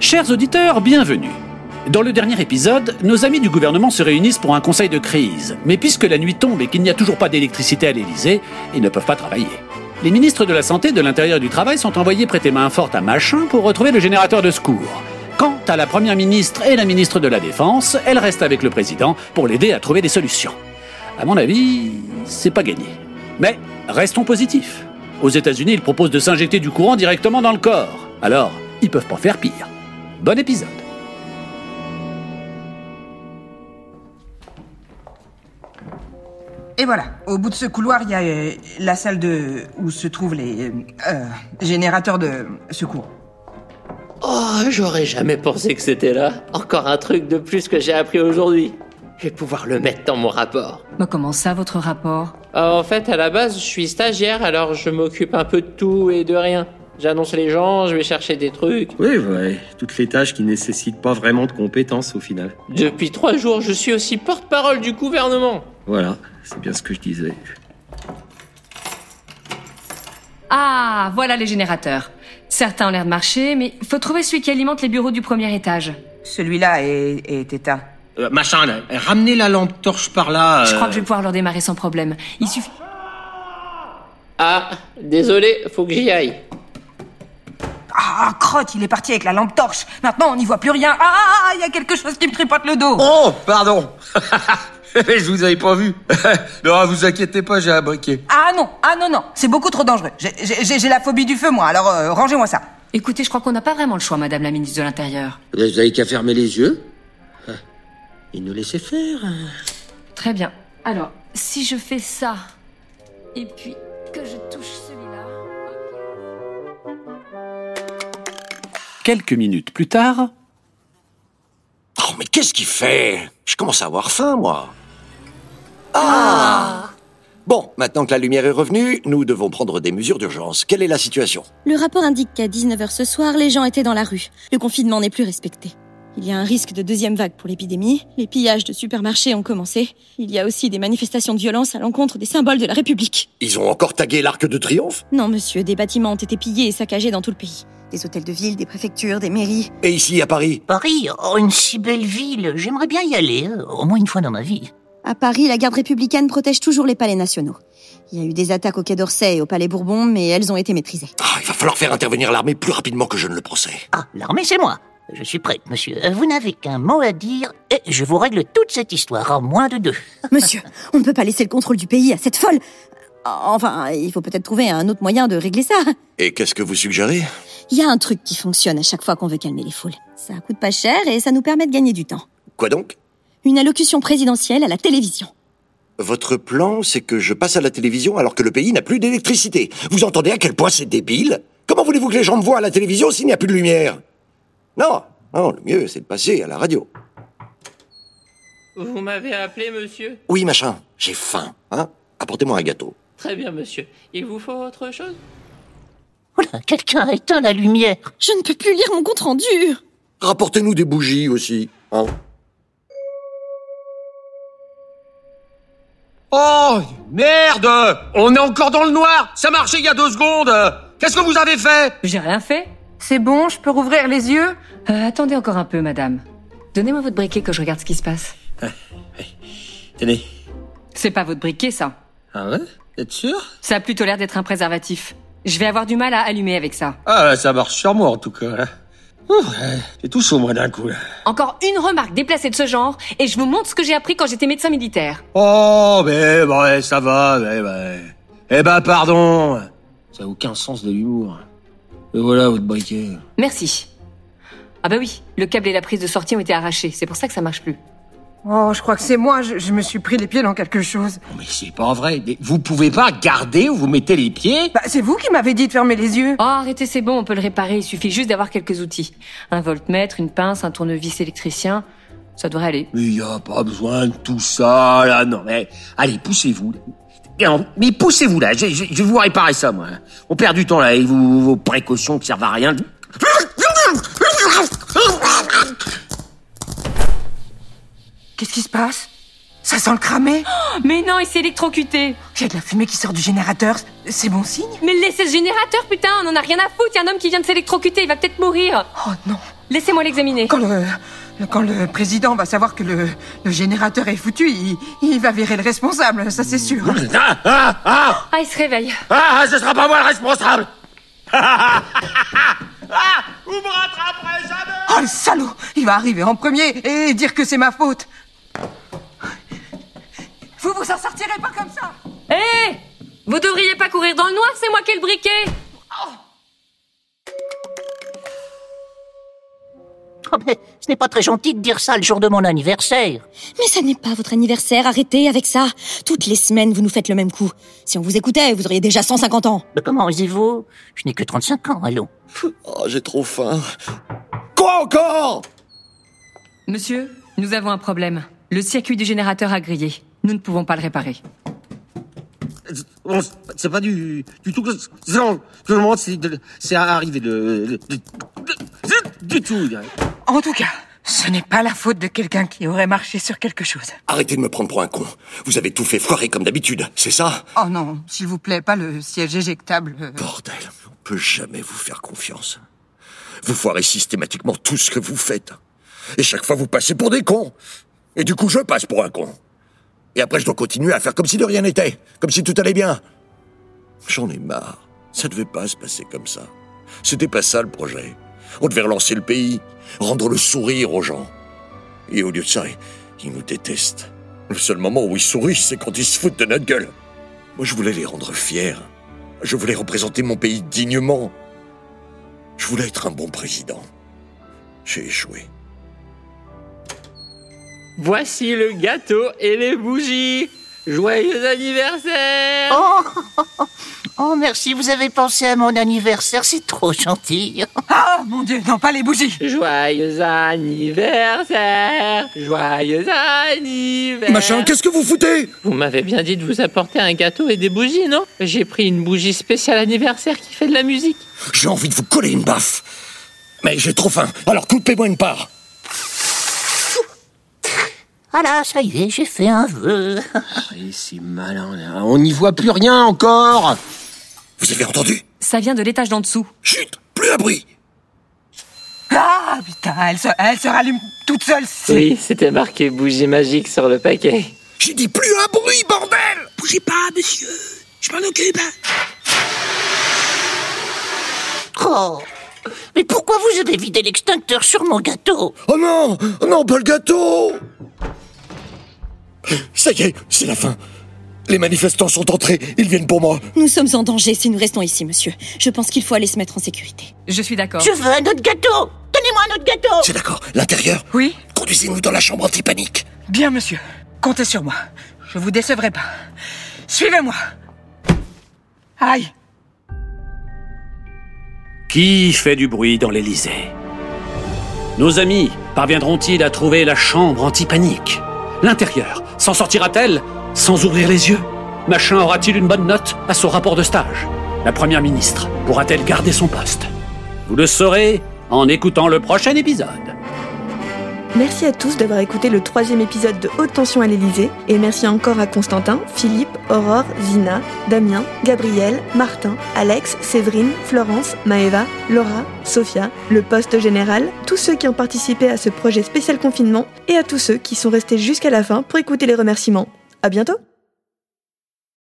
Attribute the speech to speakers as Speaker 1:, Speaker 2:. Speaker 1: Chers auditeurs, bienvenue. Dans le dernier épisode, nos amis du gouvernement se réunissent pour un conseil de crise. Mais puisque la nuit tombe et qu'il n'y a toujours pas d'électricité à l'Élysée, ils ne peuvent pas travailler. Les ministres de la Santé, de l'Intérieur et du Travail sont envoyés prêter main forte à Machin pour retrouver le générateur de secours. Quant à la Première ministre et la ministre de la Défense, elles restent avec le président pour l'aider à trouver des solutions. À mon avis, c'est pas gagné. Mais restons positifs. Aux États-Unis, ils proposent de s'injecter du courant directement dans le corps. Alors, ils peuvent pas faire pire. Bon épisode.
Speaker 2: Et voilà, au bout de ce couloir, il y a euh, la salle de où se trouvent les euh, euh, générateurs de secours.
Speaker 3: Oh, j'aurais jamais pensé que c'était là. Encore un truc de plus que j'ai appris aujourd'hui. Je vais pouvoir le mettre dans mon rapport.
Speaker 4: Bah, comment ça, votre rapport
Speaker 3: Euh, en fait, à la base, je suis stagiaire, alors je m'occupe un peu de tout et de rien. J'annonce les gens, je vais chercher des trucs.
Speaker 5: Oui, ouais. Toutes les tâches qui nécessitent pas vraiment de compétences au final.
Speaker 3: Depuis trois jours, je suis aussi porte-parole du gouvernement.
Speaker 5: Voilà, c'est bien ce que je disais.
Speaker 4: Ah, voilà les générateurs. Certains ont l'air de marcher, mais faut trouver celui qui alimente les bureaux du premier étage.
Speaker 2: Celui-là est, est éteint.
Speaker 6: Euh, machin, là, ramenez la lampe torche par là.
Speaker 4: Je
Speaker 6: euh.
Speaker 4: crois que je vais pouvoir leur démarrer sans problème. Il suffit.
Speaker 3: Ah, désolé, faut que j'y aille.
Speaker 2: Ah, crotte, il est parti avec la lampe torche. Maintenant, on n'y voit plus rien. Ah, ah, ah, il y a quelque chose qui me tripote le dos.
Speaker 6: Oh, pardon. je vous avais pas vu. non, vous inquiétez pas, j'ai un briquet.
Speaker 2: Ah non, ah non, non, c'est beaucoup trop dangereux. J'ai- J'ai j'ai- j'ai la phobie du feu, moi, alors euh, rangez-moi ça.
Speaker 4: Écoutez, je crois qu'on n'a pas vraiment le choix, madame la ministre de l'Intérieur.
Speaker 6: Vous avez qu'à fermer les yeux. Et nous laisser faire.
Speaker 4: Très bien. Alors, si je fais ça, et puis que je touche celui-là.
Speaker 1: Quelques minutes plus tard,
Speaker 7: Oh, mais qu'est-ce qu'il fait Je commence à avoir faim, moi. Ah Bon, maintenant que la lumière est revenue, nous devons prendre des mesures d'urgence. Quelle est la situation
Speaker 8: Le rapport indique qu'à 19h ce soir, les gens étaient dans la rue. Le confinement n'est plus respecté. Il y a un risque de deuxième vague pour l'épidémie. Les pillages de supermarchés ont commencé. Il y a aussi des manifestations de violence à l'encontre des symboles de la République.
Speaker 7: Ils ont encore tagué l'arc de triomphe
Speaker 8: Non, monsieur, des bâtiments ont été pillés et saccagés dans tout le pays. Des hôtels de ville, des préfectures, des mairies.
Speaker 7: Et ici, à Paris
Speaker 9: Paris, oh, une si belle ville. J'aimerais bien y aller, euh, au moins une fois dans ma vie.
Speaker 8: À Paris, la garde républicaine protège toujours les palais nationaux. Il y a eu des attaques au Quai d'Orsay et au Palais Bourbon, mais elles ont été maîtrisées.
Speaker 7: Ah, il va falloir faire intervenir l'armée plus rapidement que je ne le pensais.
Speaker 9: Ah, l'armée, c'est moi. Je suis prête, monsieur. Euh, Vous n'avez qu'un mot à dire et je vous règle toute cette histoire en moins de deux.
Speaker 8: Monsieur, on ne peut pas laisser le contrôle du pays à cette folle. Enfin, il faut peut-être trouver un autre moyen de régler ça.
Speaker 7: Et qu'est-ce que vous suggérez
Speaker 8: Il y a un truc qui fonctionne à chaque fois qu'on veut calmer les foules. Ça coûte pas cher et ça nous permet de gagner du temps.
Speaker 7: Quoi donc
Speaker 8: Une allocution présidentielle à la télévision.
Speaker 7: Votre plan, c'est que je passe à la télévision alors que le pays n'a plus d'électricité. Vous entendez à quel point c'est débile Comment voulez-vous que les gens me voient à la télévision s'il n'y a plus de lumière Non, non, le mieux, c'est de passer à la radio.
Speaker 3: Vous m'avez appelé, monsieur
Speaker 7: Oui, machin, j'ai faim, hein Apportez-moi un gâteau.
Speaker 3: Très bien, monsieur. Il vous faut autre chose
Speaker 9: Oula, Oh quelqu'un a éteint la lumière.
Speaker 8: Je ne peux plus lire mon compte rendu.
Speaker 7: Rapportez-nous des bougies aussi, hein
Speaker 6: Oh, merde On est encore dans le noir Ça marchait il y a deux secondes Qu'est-ce que vous avez fait
Speaker 4: J'ai rien fait.
Speaker 2: C'est bon, je peux rouvrir les yeux
Speaker 4: Euh, attendez encore un peu, madame. Donnez-moi votre briquet que je regarde ce qui se passe.
Speaker 5: Tenez.
Speaker 4: C'est pas votre briquet, ça.
Speaker 5: Ah ouais T'es sûr
Speaker 4: Ça a plutôt l'air d'être un préservatif. Je vais avoir du mal à allumer avec ça.
Speaker 5: Ah, là, ça marche sur moi en tout cas. là. Ouh, ouais, J'ai tout au moins d'un coup là.
Speaker 4: Encore une remarque déplacée de ce genre, et je vous montre ce que j'ai appris quand j'étais médecin militaire.
Speaker 5: Oh, mais bah, ouais, ça va, mais bah. Eh ben, pardon Ça a aucun sens de l'humour. Et voilà votre briquet.
Speaker 4: Merci. Ah bah oui, le câble et la prise de sortie ont été arrachés, c'est pour ça que ça marche plus.
Speaker 2: Oh, je crois que c'est moi, je, je me suis pris les pieds dans quelque chose.
Speaker 5: Non, mais c'est pas vrai. Mais Vous pouvez pas garder où vous mettez les pieds
Speaker 2: Bah, c'est vous qui m'avez dit de fermer les yeux.
Speaker 4: Oh arrêtez, c'est bon, on peut le réparer, il suffit juste d'avoir quelques outils. Un voltmètre, une pince, un tournevis électricien, ça devrait aller.
Speaker 5: Mais y a pas besoin de tout ça, là, non, mais... Allez, poussez-vous. Non, mais poussez-vous, là, je, je- je vais vous réparer ça, moi. hein. On perd du temps, là, et vous- vos précautions qui servent à rien.
Speaker 2: Qu'est-ce qui se passe Ça sent le cramé
Speaker 4: Oh, Mais non, il s'est électrocuté
Speaker 2: Il y a de la fumée qui sort du générateur, c'est bon signe
Speaker 4: Mais laissez ce générateur, putain, on en a rien à foutre, y a un homme qui vient de s'électrocuter, il va peut-être mourir
Speaker 2: Oh non,
Speaker 4: Laissez-moi l'examiner.
Speaker 2: Quand le, le- quand le président va savoir que le, le générateur est foutu, il, il va virer le responsable, ça c'est sûr.
Speaker 5: Ah, ah, ah,
Speaker 4: Ah, il se réveille.
Speaker 5: ah, ah, ce sera pas moi le responsable Ah,
Speaker 6: Vous me rattraperez jamais
Speaker 2: Oh le salaud Il va arriver en premier et dire que c'est ma faute. Vous vous en sortirez pas comme ça
Speaker 4: Hé Vous devriez pas courir dans le noir, c'est moi qui ai le briquet
Speaker 9: Oh, mais ce n'est pas très gentil de dire ça le jour de mon anniversaire.
Speaker 8: Mais ça n'est pas votre anniversaire, arrêtez avec ça. Toutes les semaines, vous nous faites le même coup. Si on vous écoutait, vous auriez déjà 150 ans.
Speaker 9: Mais comment osez-vous Je n'ai que 35 ans, allons.
Speaker 7: Oh, j'ai trop faim. Quoi encore
Speaker 10: Monsieur, nous avons un problème. Le circuit du générateur a grillé. Nous ne pouvons pas le réparer.
Speaker 5: Bon, Euh, c'est pas du, du tout que non, je me demande si de- c'est arrivé de, de- de- du tout.
Speaker 2: En tout cas, ce n'est pas la faute de quelqu'un qui aurait marché sur quelque chose.
Speaker 7: Arrêtez de me prendre pour un con. Vous avez tout fait foirer comme d'habitude, c'est ça
Speaker 2: Oh non, s'il vous plaît, pas le siège éjectable. euh.
Speaker 7: Bordel, on peut jamais vous faire confiance. Vous foirez systématiquement tout ce que vous faites. Et chaque fois, vous passez pour des cons. Et du coup, je passe pour un con. Et après, je dois continuer à faire comme si de rien n'était, comme si tout allait bien. J'en ai marre. Ça devait pas se passer comme ça. C'était pas ça le projet. On devait relancer le pays, rendre le sourire aux gens. Et au lieu de ça, ils nous détestent. Le seul moment où ils sourient, c'est quand ils se foutent de notre gueule. Moi, je voulais les rendre fiers. Je voulais représenter mon pays dignement. Je voulais être un bon président. J'ai échoué.
Speaker 3: Voici le gâteau et les bougies. Joyeux anniversaire
Speaker 9: Oh, oh, merci, vous avez pensé à mon anniversaire, c'est trop gentil.
Speaker 2: Ah mon dieu, non pas les bougies
Speaker 3: Joyeux anniversaire Joyeux anniversaire
Speaker 7: qu'est-ce que vous foutez
Speaker 3: Vous m'avez bien dit de vous apporter un gâteau et des bougies, non J'ai pris une bougie spéciale anniversaire qui fait de la musique.
Speaker 7: J'ai envie de vous coller une baffe. Mais j'ai trop faim, alors coupez-moi une part.
Speaker 9: Ah là, ça y est, j'ai fait un vœu.
Speaker 5: Et c'est malin, là. on n'y voit plus rien encore.
Speaker 7: Vous avez entendu
Speaker 10: Ça vient de l'étage d'en dessous.
Speaker 7: Chut Plus un bruit
Speaker 2: Ah putain, elle se, elle se rallume toute seule, c'est...
Speaker 3: Oui, c'était marqué bougie magique sur le paquet.
Speaker 7: J'ai dit plus un bruit, bordel
Speaker 5: Bougez pas, monsieur, je m'en occupe.
Speaker 9: Oh, mais pourquoi vous avez vidé l'extincteur sur mon gâteau
Speaker 7: Oh non Oh non, pas le gâteau Ça y est, c'est la fin. Les manifestants sont entrés, ils viennent pour moi.
Speaker 8: Nous sommes en danger si nous restons ici, monsieur. Je pense qu'il faut aller se mettre en sécurité.
Speaker 10: Je suis d'accord.
Speaker 9: Je veux un autre gâteau Donnez-moi un autre gâteau
Speaker 7: C'est d'accord, l'intérieur
Speaker 2: Oui
Speaker 7: Conduisez-nous dans la chambre anti-panique.
Speaker 2: Bien, monsieur. Comptez sur moi. Je vous décevrai pas. Suivez-moi. Aïe.
Speaker 1: Qui fait du bruit dans l'Élysée Nos amis parviendront-ils à trouver la chambre anti-panique L'intérieur s'en sortira-t-elle sans ouvrir les yeux Machin aura-t-il une bonne note à son rapport de stage La première ministre pourra-t-elle garder son poste Vous le saurez en écoutant le prochain épisode.
Speaker 11: Merci à tous d'avoir écouté le troisième épisode de Haute Tension à l'Elysée et merci encore à Constantin, Philippe, Aurore, Zina, Damien, Gabriel, Martin, Alex, Séverine, Florence, Maëva, Laura, Sophia, le poste général, tous ceux qui ont participé à ce projet spécial confinement et à tous ceux qui sont restés jusqu'à la fin pour écouter les remerciements. À bientôt